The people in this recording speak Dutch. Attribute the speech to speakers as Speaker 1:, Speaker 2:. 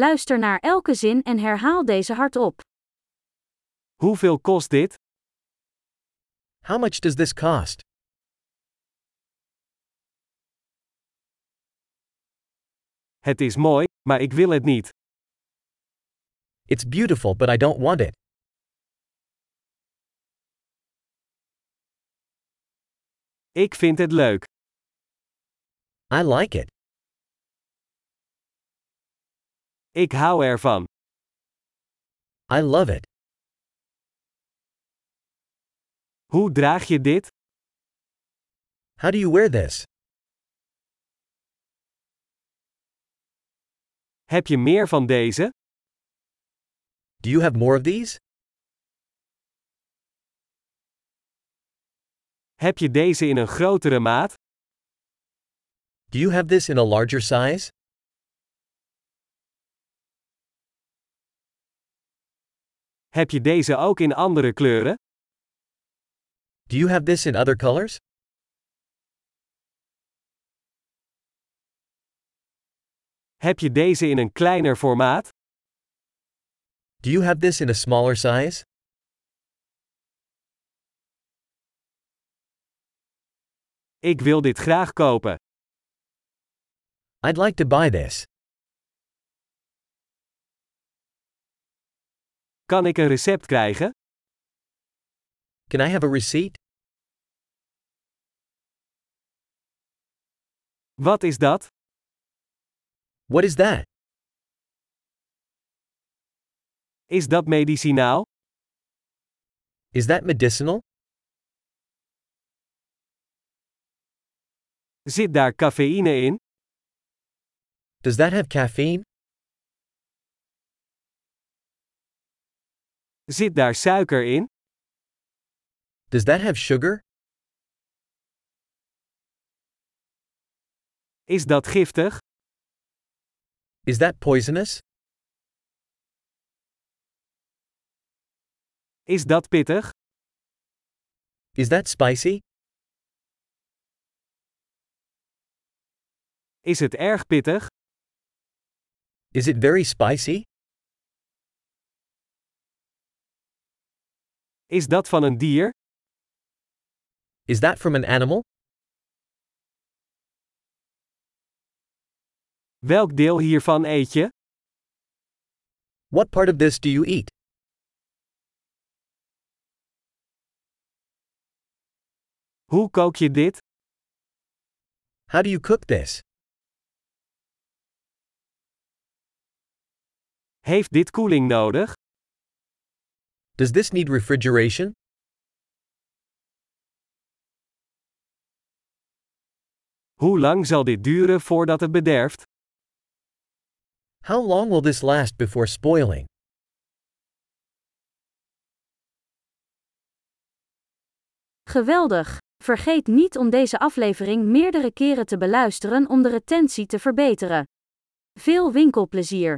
Speaker 1: Luister naar elke zin en herhaal deze hardop.
Speaker 2: Hoeveel kost dit?
Speaker 3: How much does this cost?
Speaker 2: Het is mooi, maar ik wil het niet.
Speaker 3: It's beautiful, but I don't want it.
Speaker 2: Ik vind het leuk.
Speaker 3: I like it.
Speaker 2: Ik hou ervan.
Speaker 3: I love it.
Speaker 2: Hoe draag je dit?
Speaker 3: How do you wear this?
Speaker 2: Heb je meer van deze?
Speaker 3: Do you have more of these?
Speaker 2: Heb je deze in een grotere maat?
Speaker 3: Do you have this in a larger size?
Speaker 2: Heb je deze ook in andere kleuren?
Speaker 3: Do you have this in other colors?
Speaker 2: Heb je deze in een kleiner formaat?
Speaker 3: Do you have this in a smaller size?
Speaker 2: Ik wil dit graag kopen.
Speaker 3: I'd like to buy this.
Speaker 2: Kan ik een recept krijgen?
Speaker 3: Can I have a receipt?
Speaker 2: Wat is dat?
Speaker 3: What is that?
Speaker 2: Is dat medicinaal?
Speaker 3: Is that medicinal?
Speaker 2: Zit daar cafeïne in?
Speaker 3: Does that have caffeine?
Speaker 2: Zit daar suiker in?
Speaker 3: Does that have sugar?
Speaker 2: Is dat giftig?
Speaker 3: Is that poisonous?
Speaker 2: Is dat pittig?
Speaker 3: Is that spicy?
Speaker 2: Is het erg pittig?
Speaker 3: Is it very spicy?
Speaker 2: Is dat van een dier?
Speaker 3: Is that from an animal?
Speaker 2: Welk deel hiervan eet je?
Speaker 3: What part of this do you eat?
Speaker 2: Hoe kook je dit?
Speaker 3: How do you cook this?
Speaker 2: Heeft dit koeling nodig?
Speaker 3: Does this need refrigeration?
Speaker 2: Hoe lang zal dit duren voordat het bederft?
Speaker 3: How long will this last before spoiling?
Speaker 1: Geweldig! Vergeet niet om deze aflevering meerdere keren te beluisteren om de retentie te verbeteren. Veel winkelplezier!